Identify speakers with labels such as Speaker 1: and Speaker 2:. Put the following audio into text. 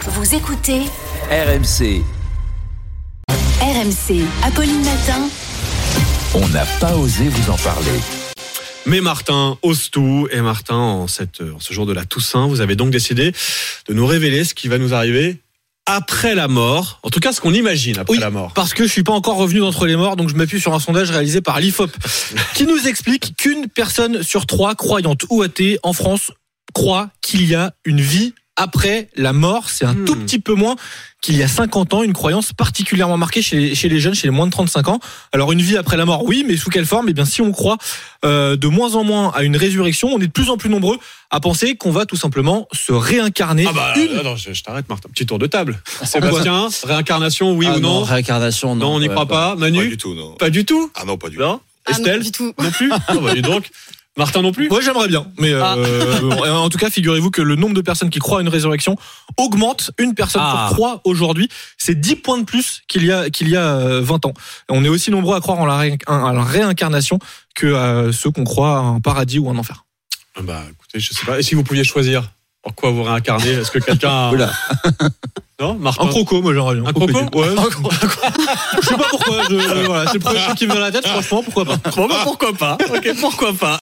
Speaker 1: Vous écoutez
Speaker 2: RMC,
Speaker 1: RMC. Apolline Matin.
Speaker 2: on n'a pas osé vous en parler.
Speaker 3: Mais Martin ose tout. Et Martin, en, cette, en ce jour de la Toussaint, vous avez donc décidé de nous révéler ce qui va nous arriver après la mort. En tout cas, ce qu'on imagine après
Speaker 4: Oui,
Speaker 3: la mort.
Speaker 4: Parce que je suis pas encore revenu d'entre les morts, donc je m'appuie sur un sondage réalisé par l'IFOP, qui nous explique qu'une personne sur trois, croyante ou athée, en France, croit qu'il y a une vie après la mort. C'est un
Speaker 3: Hmm.
Speaker 4: tout petit peu moins qu'il y a 50 ans, une croyance particulièrement marquée chez les, chez les jeunes, chez les moins de 35 ans. Alors une vie après la mort, oui, mais sous quelle forme Eh bien, si on croit euh, de moins en moins à une résurrection, on est de plus en plus nombreux à penser qu'on va tout simplement se réincarner.
Speaker 3: Ah bah,
Speaker 4: une-
Speaker 3: attends, je, je t'arrête, Martin. Petit tour de table. Ah, Sébastien, réincarnation, oui
Speaker 5: Ah
Speaker 3: ou non
Speaker 5: Réincarnation, non.
Speaker 3: Non, on n'y
Speaker 5: ouais,
Speaker 3: croit pas.
Speaker 6: Pas
Speaker 3: Manu
Speaker 6: du tout, non.
Speaker 3: Pas du tout.
Speaker 6: Ah non, pas du tout.
Speaker 3: Non
Speaker 7: Ah non,
Speaker 3: Estelle
Speaker 7: du tout.
Speaker 3: Non plus Ah bah, dis donc. Martin non plus
Speaker 4: Moi j'aimerais bien, mais
Speaker 3: Ah.
Speaker 4: euh, euh, en tout cas figurez-vous que le nombre de personnes qui croient à une résurrection augmente. Une personne
Speaker 5: Ah.
Speaker 4: sur trois aujourd'hui, c'est 10 points de plus qu'il y a qu'il y a euh, 20 ans. On est aussi nombreux à croire en la, ré- à la réincarnation que à ceux qu'on croit à un paradis ou un enfer.
Speaker 3: Ah Bah écoutez, je sais pas. Et si vous pouviez choisir en quoi vous réincarnez Est-ce que quelqu'un.
Speaker 5: Oula.
Speaker 3: Non Martin
Speaker 4: Un croco, moi j'aimerais bien.
Speaker 3: Un croco
Speaker 4: Ouais. je sais pas pourquoi. je- voilà, c'est le premier truc qui me vient à la tête. Franchement, pourquoi pas
Speaker 3: Bon, bah, pourquoi pas Ok, pourquoi pas